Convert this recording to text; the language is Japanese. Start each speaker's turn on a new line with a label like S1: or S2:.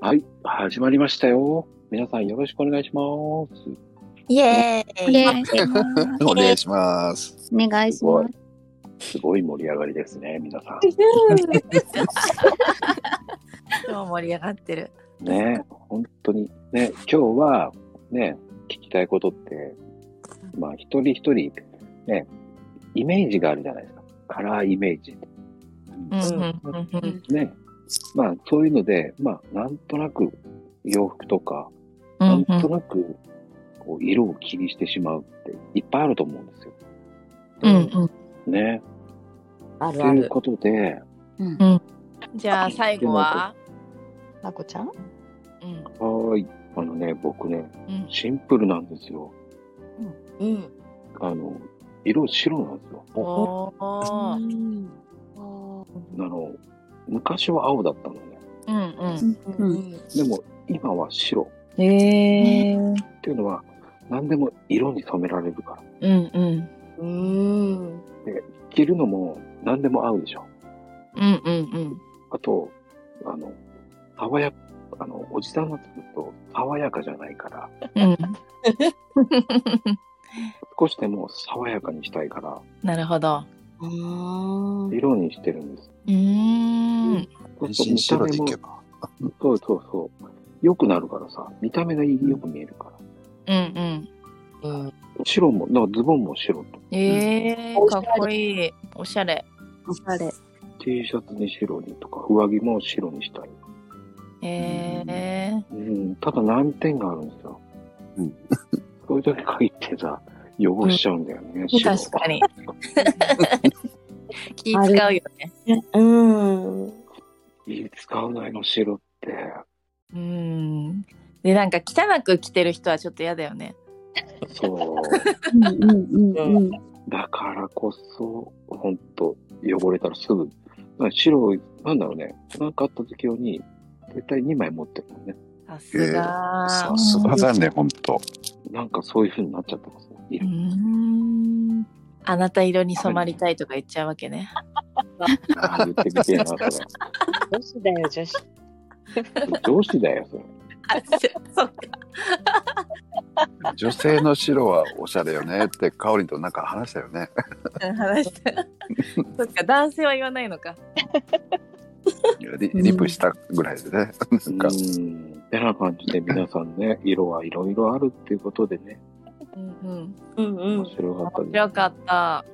S1: はい、始まりましたよ。皆さんよろしくお願いします。
S2: イエーイ。
S3: イエーイ
S4: お願いします。
S3: お願いします。
S1: すごい盛り上がりですね、皆さ
S2: 今日盛り上がってる。
S1: ん。ね、本当に。ね、今日は、ね、聞きたいことって、まあ、一人一人、ね、イメージがあるじゃないですか。カラーイメージ。
S2: うんうんう
S3: うん
S2: ん
S1: ね。まあ、そういうので、まあ、なんとなく洋服とか、
S2: う
S1: なん
S2: ん
S1: となく、こう、色を気にしてしまうって、いっぱいあると思うんですよ。
S2: うん
S1: ね。
S5: あ
S1: と
S5: るあ
S1: いう
S5: る。
S1: ことで、
S3: うん
S2: じゃあ最後は。
S5: まこちゃん
S2: うん
S1: はーい。あのね、僕ね、
S2: うん
S1: シンプルなんですよ。
S5: うん。
S1: あの、色白なんですよ。
S2: お
S5: う
S2: ー
S5: ん。
S1: あの、昔は青だったのね。
S2: うん
S5: うん。
S1: でも、今は白。
S2: うん。へえ。
S1: っていうのは、何でも色に染められるから。
S2: うんうん。
S5: うん。
S1: 着るのも何でも合うでしょ。
S2: うんうんうん。
S1: あと、あの、爽や、あの、おじさんがつくと爽やかじゃないから、
S2: うん。
S1: 少しでも爽やかにしたいから、
S2: なるほど。
S5: あ
S1: 色にしてるんです。
S2: うーん。
S1: そうすると
S4: 新白でい
S1: 見
S4: け
S1: た
S4: ば。
S1: 目もそうそうそう。良くなるからさ、見た目がよく見えるから。
S2: うんうん。
S5: あ。うん。
S1: 白も、だからズボンも白と。
S2: ええ
S5: うん
S2: かっこいい。おしゃれ。
S3: おしゃれ。
S1: T シャツに白にとか、上着も白にしたい。
S2: ええ
S1: うん、ただ難点があるんですよ。
S4: うん
S1: そういう時限ってさ、汚しちゃうんだよね。白
S2: 確かに。気使うよね。
S5: うん。
S1: いい使うないの白って。
S2: うん。で、なんか汚く着てる人はちょっと嫌だよね。
S1: そう。
S3: うんうんうんうん。
S1: だからこそ、ほんと、汚れたらすぐ、なんか白い、なんだろうね、なんかあった時用に、絶対2枚持ってるもんね。
S2: さすが。
S4: さすがだね、本当。
S1: なんかそういう風になっちゃってますね。いうる
S2: ん。あなた色に染まりたいとか言っちゃうわけね。
S1: あ言ってみてえな、それ。
S5: 女子だよ、女子。
S1: 上司だよ、それ。
S2: あ、そうか。
S4: 女性の白はおしゃれよねって、かおりんとなんか話したよ ね。
S2: 話した。そっか、男性は言わないのか。
S4: リリップしたぐらいでね。なんか
S1: う、ーん。てな感じで皆さんね、色はいろいろあるっていうことでね、
S2: うんうん。
S5: うんう
S1: 面
S5: ん。
S1: 白かった
S2: 面
S1: です。
S2: 白かった。